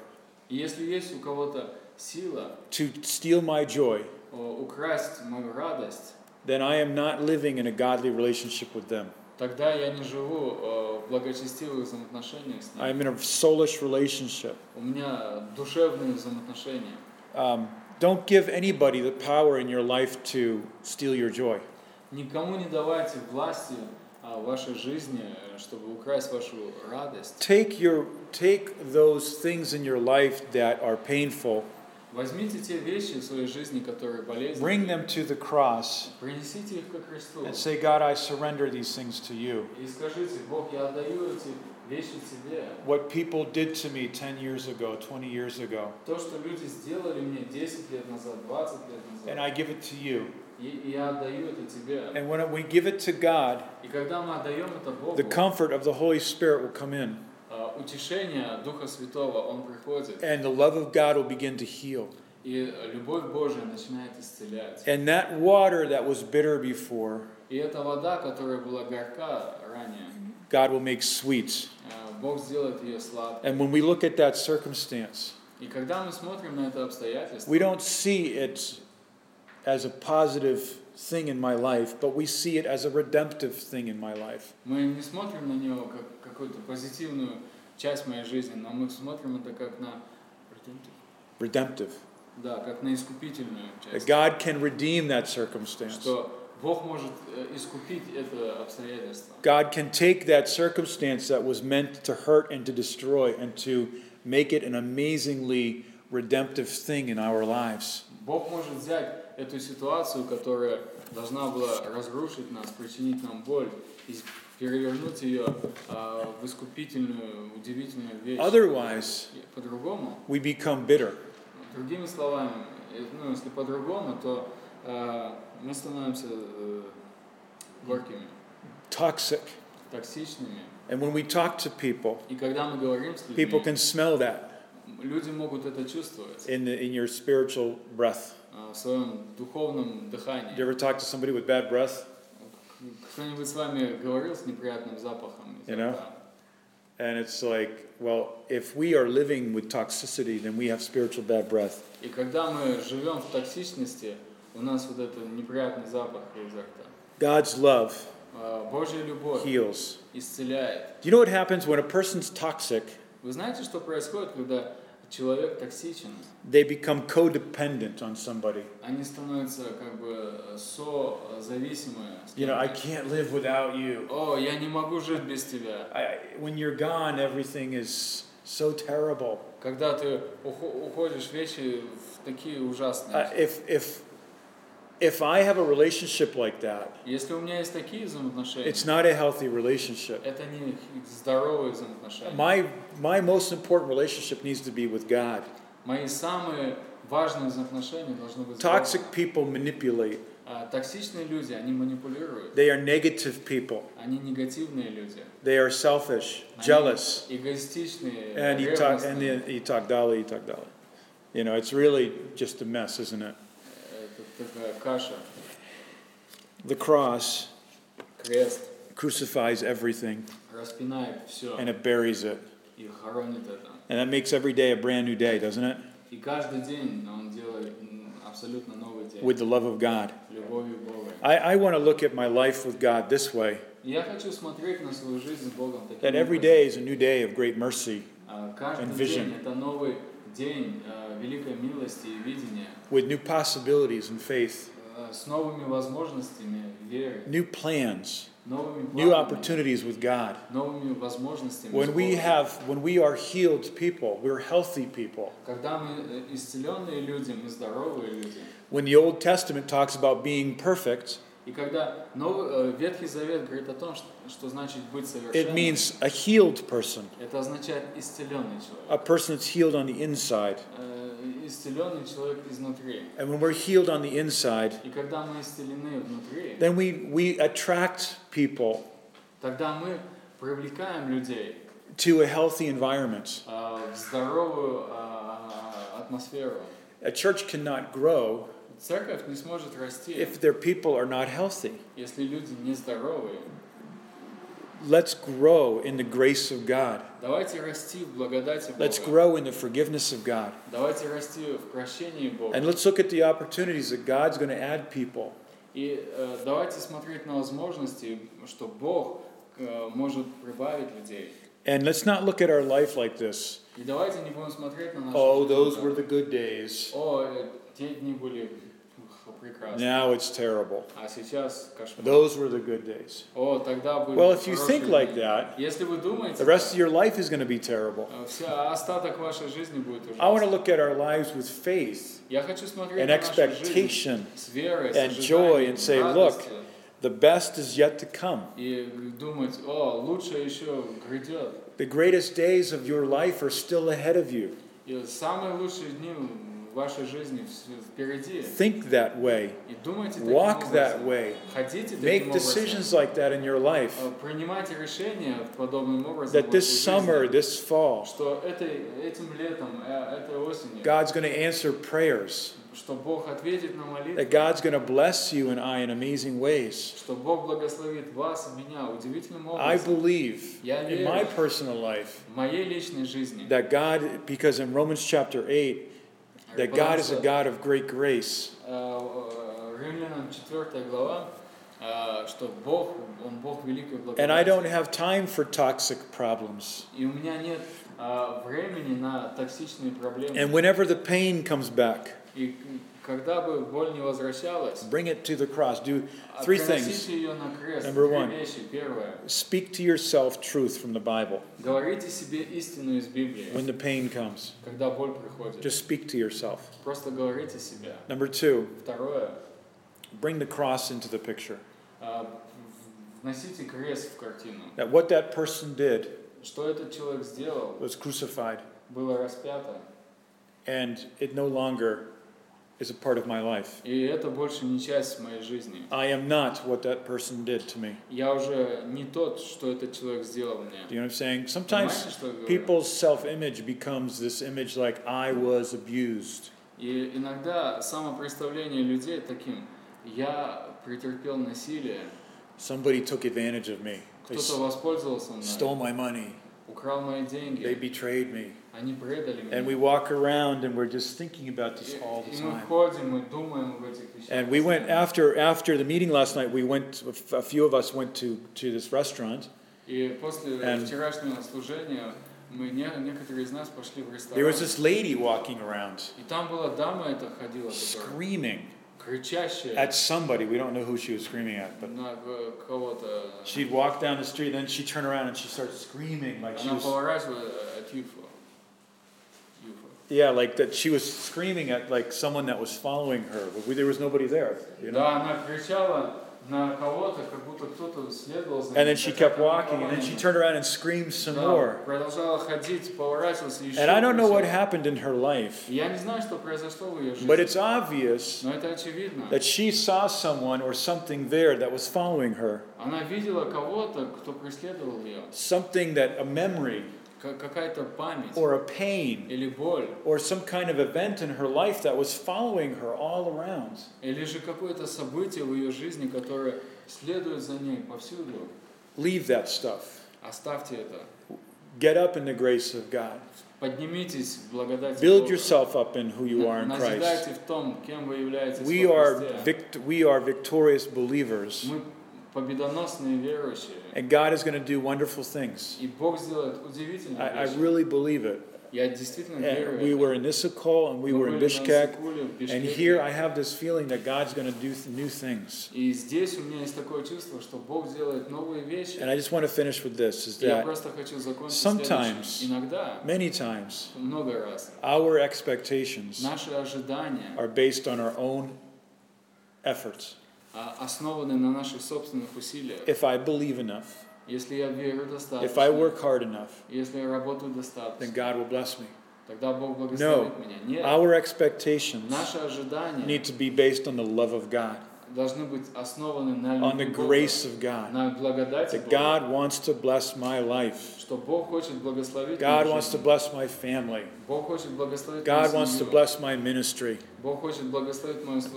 S2: И если есть у кого-то сила
S1: to steal my joy,
S2: э, украсть мою радость,
S1: then I am not living in a godly relationship with them.
S2: Тогда я не живу э, в благочестивых взаимоотношениях с
S1: I am
S2: ним.
S1: in a soulish relationship.
S2: У меня душевные взаимоотношения.
S1: Um, don't give anybody the power in your life to steal your joy.
S2: Никому не давайте власти а, в вашей жизни, э, чтобы украсть вашу радость.
S1: Take your take those things in your life that are painful,
S2: Возьмите те вещи в своей жизни, которые болезненны,
S1: bring them to the cross
S2: принесите их ко Христу
S1: and say, God, I surrender these things to you.
S2: и скажите, Бог, я отдаю эти вещи Тебе.
S1: What people did to me 10 years ago, 20 years ago,
S2: То, что люди сделали мне 10 лет назад, 20 лет
S1: and
S2: назад,
S1: I give it to you.
S2: и, и я отдаю это Тебе.
S1: And when we give it to God,
S2: И когда мы отдаем это Богу,
S1: the comfort of the Holy Spirit will come in,
S2: э, утешение Духа Святого, Он приходит.
S1: and the love of God will begin to heal.
S2: И любовь Божия начинает исцелять.
S1: And that water that was bitter before,
S2: И эта вода, которая была горка ранее,
S1: God will make sweet.
S2: э, Бог сделает ее сладкой.
S1: And when we look at that circumstance,
S2: И когда мы смотрим на это обстоятельство,
S1: We don't see it as a positive thing in my life, but we see it as a redemptive thing in my life.
S2: мы не смотрим на него как какую-то позитивную часть моей жизни, но мы смотрим это как на
S1: Redemptive.
S2: да, как на искупительную
S1: That
S2: часть,
S1: God can redeem that circumstance.
S2: что Бог может э, искупить это обстоятельство.
S1: God can take that circumstance that was meant to hurt and to destroy and to make it an amazingly redemptive thing in our lives.
S2: Бог может взять эту ситуацию, которая должна была разрушить нас, причинить нам боль, и перевернуть ее а, в искупительную, удивительную вещь.
S1: Otherwise,
S2: И По-другому,
S1: we become bitter.
S2: другими словами, э, ну, если по-другому, то а, мы становимся э, горькими,
S1: Toxic.
S2: токсичными.
S1: And when we talk to people,
S2: И когда мы говорим с людьми,
S1: people can smell that
S2: люди могут это чувствовать
S1: in, the, in your spiritual breath.
S2: а, в своем духовном дыхании.
S1: You ever talk to somebody with bad breath?
S2: Кто-нибудь с вами говорил с неприятным запахом? изо
S1: You know?
S2: рта?
S1: And it's like, well, if we are living with toxicity, then we have spiritual bad breath.
S2: И когда мы живем в токсичности, у нас вот этот неприятный запах изо рта.
S1: God's love
S2: А, Божья любовь
S1: heals.
S2: исцеляет.
S1: Do you know what happens when a person's toxic
S2: Вы знаете, что происходит, когда Человек токсичен.
S1: They become codependent on somebody.
S2: Они становятся как бы созависимые. с
S1: You know, I
S2: кем-то.
S1: can't live without you.
S2: О, я не могу жить без тебя.
S1: I, when you're gone, everything is so terrible.
S2: Когда ты ухо- уходишь, вещи в такие ужасные.
S1: Uh, if if if I have a relationship like that,
S2: Если у меня есть такие взаимоотношения,
S1: it's not a healthy relationship.
S2: это не здоровые взаимоотношения.
S1: My my most important relationship needs to be with God.
S2: Мои самые важные взаимоотношения должны быть здоровыми.
S1: Toxic people manipulate.
S2: А, токсичные люди, они манипулируют.
S1: They are negative people.
S2: Они негативные люди.
S1: They are selfish, jealous,
S2: Они эгоистичные,
S1: and you talk and
S2: ревностные.
S1: then you talk dolly, you talk dolly. You know, it's really just a mess, isn't it?
S2: Это такая каша,
S1: The cross
S2: крест
S1: crucifies everything
S2: распинает все
S1: and it buries it.
S2: и хоронит это.
S1: And that makes every day a brand new day, doesn't it?
S2: И каждый день он делает м, абсолютно новый день.
S1: With the love of God.
S2: Любовью Бога.
S1: I, I want to look at my life with God this way
S2: И Я хочу смотреть на свою жизнь с Богом таким
S1: that every
S2: образом.
S1: day is a new day of great mercy,
S2: А, Каждый
S1: and
S2: день
S1: vision.
S2: это новый день а, великой милости и видения
S1: with new possibilities and faith,
S2: а, с новыми возможностями веры,
S1: new plans,
S2: новыми
S1: new
S2: планами,
S1: opportunities with God.
S2: новыми возможностями. с
S1: When we
S2: Богом.
S1: have, when we are healed people, we're healthy people.
S2: Когда мы э, исцеленные люди, мы здоровые люди.
S1: When the Old Testament talks about being perfect,
S2: И когда новый, э, Ветхий Завет говорит о том, что, что значит быть
S1: it
S2: совершенным,
S1: means a healed person,
S2: это означает исцеленный человек.
S1: a person that's healed on the inside.
S2: Э, Исцеленный человек изнутри.
S1: And when we're healed on the inside,
S2: И когда мы исцелены внутри,
S1: then we, we attract people
S2: тогда мы привлекаем людей
S1: to a healthy environment.
S2: а, в здоровую а, атмосферу.
S1: A church cannot grow
S2: Церковь не сможет расти,
S1: if their people are not healthy.
S2: если люди нездоровые.
S1: Let's grow in the grace of God.
S2: Давайте расти в благодати
S1: Let's
S2: Бога.
S1: grow in the forgiveness of God.
S2: Давайте расти в прощении Бога.
S1: And let's look at the opportunities that God's going to add people.
S2: И э, давайте смотреть на возможности, что Бог э, может прибавить людей.
S1: And let's not look at our life like this.
S2: И давайте не будем смотреть на наши
S1: Oh,
S2: жизни
S1: those
S2: так.
S1: were the good days.
S2: О, э, те дни были ух, прекрасны.
S1: Now it's terrible.
S2: А сейчас кошмар.
S1: Those were the good days.
S2: О, тогда были
S1: Well, if you
S2: хорошие
S1: think like
S2: дни.
S1: that,
S2: Если вы думаете,
S1: the rest of your life is going to be terrible.
S2: э, вся остаток вашей жизни будет
S1: I want to
S2: ужасен.
S1: look at our lives with faith
S2: Я хочу смотреть
S1: and
S2: на нашу
S1: expectation.
S2: жизнь с верой, с
S1: and joy
S2: ожиданием,
S1: and say,
S2: радостью.
S1: The best is yet to come.
S2: И думать, о, лучше еще грядет.
S1: The greatest days of your life are still ahead of you.
S2: И самые лучшие дни в вашей жизни вс- впереди.
S1: Think that way.
S2: И думайте таким
S1: Walk that
S2: образом.
S1: way.
S2: Ходите таким
S1: Make
S2: образом.
S1: decisions like that in your life.
S2: Э, Принимайте решения подобным образом. в
S1: That
S2: вашей
S1: this
S2: жизни,
S1: summer, this fall,
S2: что этой, этим летом, э, этой осенью,
S1: God's going to answer prayers.
S2: что Бог ответит на молитву,
S1: That God's going to bless you and I in amazing ways.
S2: что Бог благословит вас и меня удивительным
S1: I
S2: образом
S1: believe
S2: Я
S1: in
S2: верю.
S1: my personal life
S2: в моей личной жизни.
S1: that God, because in Romans chapter 8, that God
S2: Потому
S1: is a
S2: что,
S1: God of great grace.
S2: э, э, Римлянам 4 глава, э, что Бог, Он Бог великой
S1: And I
S2: благодати.
S1: don't have time for toxic problems.
S2: И у меня нет а, времени на токсичные проблемы.
S1: And whenever the pain comes back,
S2: И к- когда бы боль не возвращалась,
S1: bring it to the cross. Do three things.
S2: приносите ее на крест.
S1: Number
S2: Три
S1: one.
S2: вещи. Первое.
S1: Speak to yourself truth from the Bible
S2: Говорите себе истину из Библии,
S1: when the pain comes.
S2: когда боль приходит.
S1: Just speak to yourself.
S2: Просто говорите себя.
S1: Number two,
S2: Второе.
S1: bring the cross into the picture.
S2: а, в- вносите крест в картину.
S1: That what that person did
S2: Что этот человек сделал,
S1: was crucified,
S2: было распято,
S1: and it no longer is a part of my life.
S2: и это больше не часть моей жизни.
S1: I am not what that person did to me.
S2: Я уже не тот, что этот человек сделал мне.
S1: Do you know what I'm saying?
S2: Понимаете,
S1: Sometimes
S2: что я говорю?
S1: people's self image becomes this image like, I was abused.
S2: И иногда самопредставление людей таким «я претерпел насилие,
S1: Somebody took advantage of me. They
S2: кто-то воспользовался мной,
S1: stole my money.
S2: украл мои
S1: They
S2: деньги,
S1: betrayed me.
S2: они предали меня».
S1: And we walk around and we're just thinking about this
S2: и,
S1: all the
S2: и мы
S1: time.
S2: ходим и думаем об этих вещах.
S1: And we went
S2: постоянно.
S1: after after the meeting last night. We went a few of us went to to this restaurant,
S2: И после
S1: and-
S2: вчерашнего служения Мы, не- некоторые из нас пошли в ресторан.
S1: There was this lady walking around
S2: И там была дама эта ходила, которая
S1: screaming
S2: кричащая
S1: at somebody. We don't know who she was screaming at, but
S2: на э, кого-то.
S1: she'd walk down the street, then she'd turn around and she'd start screaming like she
S2: Она
S1: was.
S2: поворачивала э, от Юфа. Юфа.
S1: Yeah, like that she was screaming at like someone that was following her, but we, there was nobody there, you know?
S2: Да, она кричала на кого-то, как будто кто-то следовал за ней.
S1: And then she
S2: хотя
S1: kept
S2: она
S1: walking,
S2: была
S1: and then she
S2: не-
S1: turned around and screamed some
S2: Да,
S1: more.
S2: продолжала ходить, поворачивалась и еще.
S1: And I don't know what
S2: кричала.
S1: happened in her life,
S2: И Я не знаю, что произошло в ее жизни.
S1: but it's obvious
S2: Но это очевидно.
S1: that she saw someone or something there that was following her.
S2: Она видела кого-то, кто преследовал ее.
S1: Something that, a memory,
S2: Ка- какая-то память
S1: or a pain,
S2: или боль,
S1: or some kind of event in her life that was following her all around.
S2: или же какое-то событие в ее жизни, которое следует за ней повсюду.
S1: Leave that stuff.
S2: Оставьте это.
S1: Get up in the grace of God.
S2: Поднимитесь в благодати
S1: Build
S2: Бога.
S1: yourself up in who you are in Christ.
S2: Назидайте в том, кем вы являетесь
S1: We
S2: во
S1: are,
S2: Христе.
S1: vict- we are victorious believers,
S2: Мы победоносные верующие.
S1: and God is going to do wonderful things.
S2: И Бог сделает удивительные
S1: I, I
S2: вещи.
S1: really believe it.
S2: Я действительно верю.
S1: And
S2: в
S1: we
S2: это.
S1: were in Issakol and we
S2: Мы
S1: were in
S2: были на
S1: Bishkek,
S2: Исыкуле, в
S1: and
S2: Бишкеке.
S1: here I have this feeling that God's going to do th- new things.
S2: И здесь у меня есть такое чувство, что Бог делает новые вещи.
S1: And I just want to finish with this: is
S2: И Я
S1: that
S2: просто хочу закончить
S1: sometimes-
S2: следующим. Иногда,
S1: many times
S2: много раз,
S1: our expectations
S2: наши ожидания
S1: are based on our own efforts.
S2: а, основаны на наших собственных усилиях.
S1: If I believe enough,
S2: Если я верю
S1: if I
S2: достаточно,
S1: work hard enough,
S2: если я работаю
S1: then
S2: достаточно,
S1: God will bless me.
S2: тогда Бог благословит меня. Нет,
S1: Our expectations
S2: наши ожидания
S1: need to be based on the love of God,
S2: должны быть основаны на
S1: on the
S2: любви Бога,
S1: grace of God.
S2: на благодати
S1: That
S2: Бога,
S1: God wants to bless my life.
S2: что Бог хочет благословить
S1: God
S2: мою
S1: wants to
S2: жизнь.
S1: bless my family.
S2: Бог хочет благословить
S1: God
S2: мою
S1: wants to
S2: семью.
S1: bless my ministry.
S2: Бог хочет благословить мое
S1: God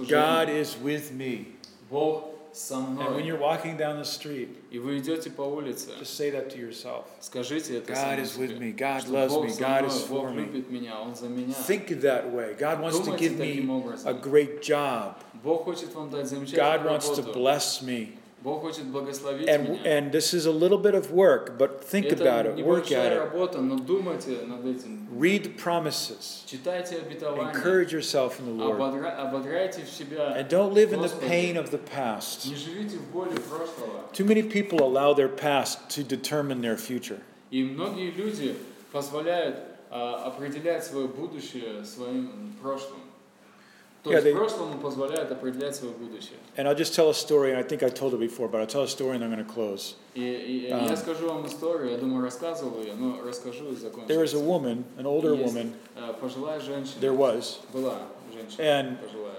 S2: служение.
S1: is with me.
S2: Бог со
S1: And when
S2: мной.
S1: you're walking down the street,
S2: И вы идете по улице.
S1: just say that to yourself.
S2: Скажите это
S1: God
S2: самому
S1: is with
S2: себе.
S1: me. God
S2: Что
S1: loves
S2: Бог
S1: me.
S2: со
S1: God
S2: мной,
S1: is for
S2: Бог
S1: me.
S2: любит меня, Он за меня.
S1: Think that way. God wants to
S2: Думайте
S1: give
S2: таким
S1: me a
S2: образом.
S1: great job.
S2: Бог хочет вам дать замечательную
S1: God wants to
S2: работу.
S1: bless me.
S2: Бог хочет благословить
S1: And
S2: меня.
S1: and this is a little bit of work, but think
S2: это
S1: about it. Work
S2: небольшая
S1: at it.
S2: работа, но думайте над этим.
S1: Read the promises.
S2: Читайте обетование.
S1: Encourage yourself in the Lord.
S2: Ободра- ободряйте в себя.
S1: And don't live in the
S2: Господи.
S1: pain of the past.
S2: Не живите в боли прошлого.
S1: Too many people allow their past to determine their future.
S2: И многие люди позволяют а, определять свое будущее своим прошлым. То
S1: Yeah,
S2: есть
S1: they-
S2: прошлому позволяют определять свое будущее.
S1: And I'll just tell a story, and I think I told it before, but I'll tell a story and I'm going to close.
S2: И, и- и
S1: Да.
S2: я скажу вам историю, я думаю, рассказывал ее, но расскажу и закончу.
S1: There was a woman, an older
S2: Yes.
S1: woman,
S2: Э, Пожилая женщина.
S1: there was,
S2: Была женщина
S1: and
S2: пожилая.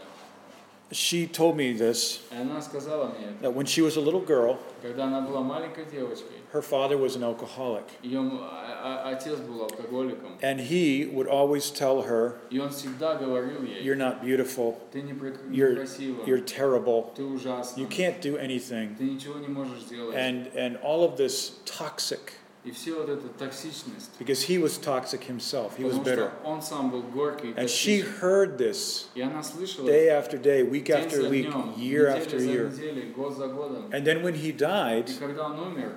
S1: she told me this
S2: И она сказала мне это.
S1: that when she was a little girl,
S2: Когда она была маленькой девочкой,
S1: her father was an alcoholic.
S2: ее м- а- а- отец был алкоголиком.
S1: And he would always tell her,
S2: И он всегда говорил ей,
S1: You're not beautiful,
S2: ты не прек-
S1: you're-
S2: некрасива,
S1: you're terrible,
S2: ты ужасна,
S1: you can't do anything.
S2: ты ничего не можешь делать.
S1: And, and all of this toxic,
S2: И все вот эта токсичность.
S1: because he was toxic himself, he was
S2: потому
S1: bitter.
S2: что он сам был горький и
S1: And she
S2: токсичный.
S1: heard this
S2: И она слышала
S1: day after day, week
S2: день
S1: after
S2: за
S1: week,
S2: днем,
S1: year
S2: неделя
S1: after
S2: за
S1: year.
S2: неделей, год за годом.
S1: And then when he died,
S2: И когда он умер,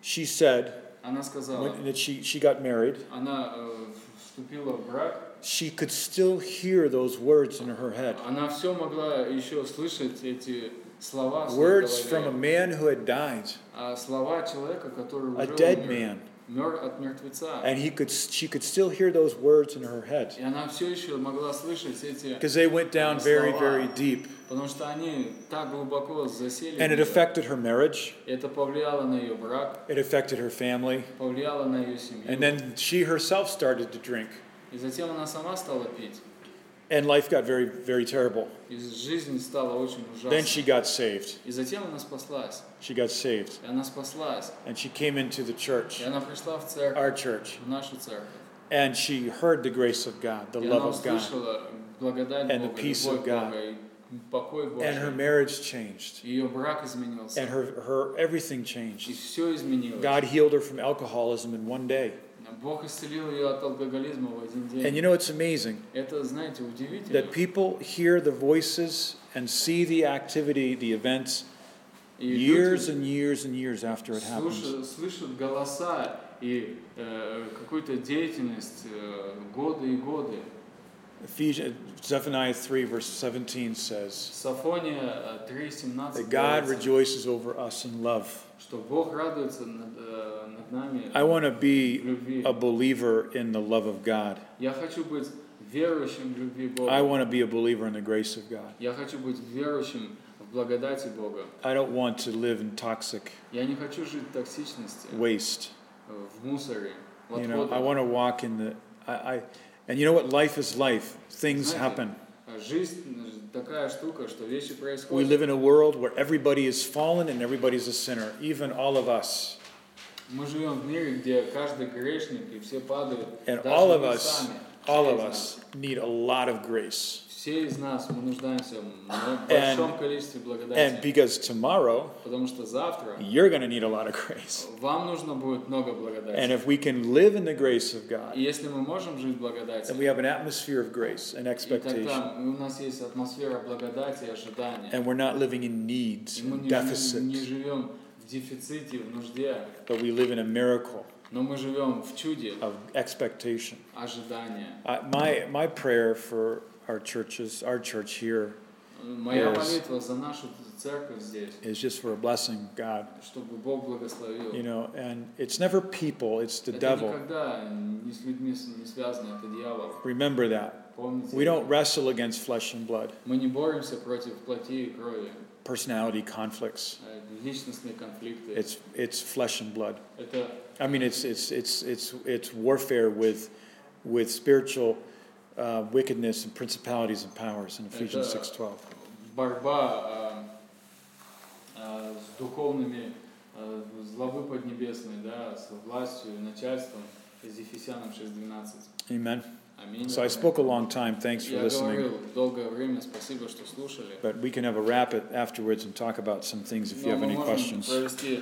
S1: she said,
S2: она сказала,
S1: when, that she, she got married,
S2: она э, вступила в брак,
S1: she could still hear those words in her head.
S2: она все могла еще слышать эти слова, в своей
S1: Words from a
S2: голове.
S1: man who had died,
S2: А слова человека, который
S1: a
S2: уже
S1: dead
S2: умер,
S1: man.
S2: мер от мертвеца.
S1: And he could, she could still hear those words in her head
S2: И она все еще могла слышать эти,
S1: because they went down very, very deep.
S2: потому что они так глубоко засели. в
S1: And it
S2: неё.
S1: affected her marriage,
S2: Это повлияло на ее брак,
S1: it affected her family.
S2: повлияло на ее семью.
S1: And then she herself started to drink.
S2: И затем она сама стала пить.
S1: And life got very, very terrible.
S2: И жизнь стала очень ужасной.
S1: Then she got saved.
S2: И затем она спаслась.
S1: She got saved.
S2: И она спаслась.
S1: And she came into the church,
S2: И она пришла в церковь,
S1: our church,
S2: в нашу церковь.
S1: and she heard the grace of God, the
S2: и
S1: love
S2: она
S1: of God.
S2: услышала благодать
S1: and the
S2: Бога,
S1: peace
S2: любовь
S1: of God.
S2: Бога и покой
S1: And her
S2: Божий.
S1: marriage changed.
S2: Ее брак изменился.
S1: And her, her everything
S2: И
S1: changed.
S2: все изменилось.
S1: God healed her from alcoholism in one day.
S2: Бог исцелил ее от алкоголизма в один день.
S1: And you know, it's amazing
S2: Это, знаете, удивительно.
S1: that people hear the voices and see the activity, the events,
S2: И
S1: years
S2: люди
S1: and years and years after it happens.
S2: слушают, слышат голоса и э, какую-то деятельность э, годы и годы.
S1: Ephesians, Zephaniah 3, verse 17 says
S2: Сафония 3.17
S1: that God
S2: говорится,
S1: rejoices over us in love.
S2: что Бог радуется над, э, над нами
S1: I want to
S2: в
S1: be
S2: любви.
S1: a believer in the love of God.
S2: Я хочу быть верующим в любви
S1: I
S2: Бога.
S1: want to be a believer in the grace of God.
S2: Я хочу быть верующим в благодати Бога.
S1: I don't want to live in toxic
S2: Я не хочу жить в токсичности,
S1: waste.
S2: э, в мусоре, в
S1: You know, I
S2: отходах.
S1: want to walk in the. I, I, and you know what? Life is life. Things
S2: Знаете,
S1: happen.
S2: А Жизнь такая штука, что вещи
S1: We
S2: происходят.
S1: live in a world where everybody is fallen and everybody's a sinner, even all of us.
S2: Мы живем в мире, где каждый грешник и все падают.
S1: And
S2: даже
S1: all of
S2: мы
S1: us,
S2: сами.
S1: all
S2: Все
S1: of
S2: из
S1: us need a lot of grace.
S2: нас- Все из нас мы нуждаемся в
S1: And-
S2: большом количестве
S1: And
S2: благодати,
S1: because tomorrow,
S2: потому что завтра
S1: you're going to need a lot of grace.
S2: вам нужно будет много
S1: And
S2: благодати.
S1: if we can live in the grace of
S2: И
S1: God,
S2: если мы можем жить в благодати,
S1: then we have an atmosphere of grace and
S2: и
S1: expectation.
S2: тогда у нас есть атмосфера благодати и ожидания.
S1: And we're not living in needs
S2: И мы
S1: and
S2: не, жи- не
S1: deficit,
S2: живем в дефиците, в нужде,
S1: but we live in a miracle
S2: но мы живем в чуде
S1: of expectation.
S2: ожидания.
S1: I, my, my prayer for our churches, our church here,
S2: Моя
S1: Yes.
S2: молитва за нашу церковь здесь,
S1: is just for a blessing, God.
S2: чтобы Бог благословил.
S1: You know, and it's never people, it's the
S2: это
S1: devil.
S2: никогда не с людьми с- не связано, это дьявол.
S1: Remember that.
S2: Помните,
S1: We don't wrestle against flesh and blood,
S2: мы не боремся против плоти и крови,
S1: personality conflicts.
S2: э, личностные конфликты.
S1: It's, it's flesh and blood.
S2: Это
S1: I mean, it's, it's, it's, it's, it's warfare with, with spiritual uh, wickedness and principalities and powers in Ephesians
S2: Это-
S1: 6.12.
S2: борьба э, э, с духовными э, злобы поднебесной, да, с властью и начальством из Ефесянам 6.12.
S1: Amen.
S2: Аминь.
S1: So I spoke a long time. Thanks for
S2: Я
S1: listening.
S2: говорил долгое время, спасибо, что слушали.
S1: But we can have a wrap it afterwards and talk about some things if you
S2: Но
S1: have
S2: мы
S1: any
S2: можем
S1: questions.
S2: провести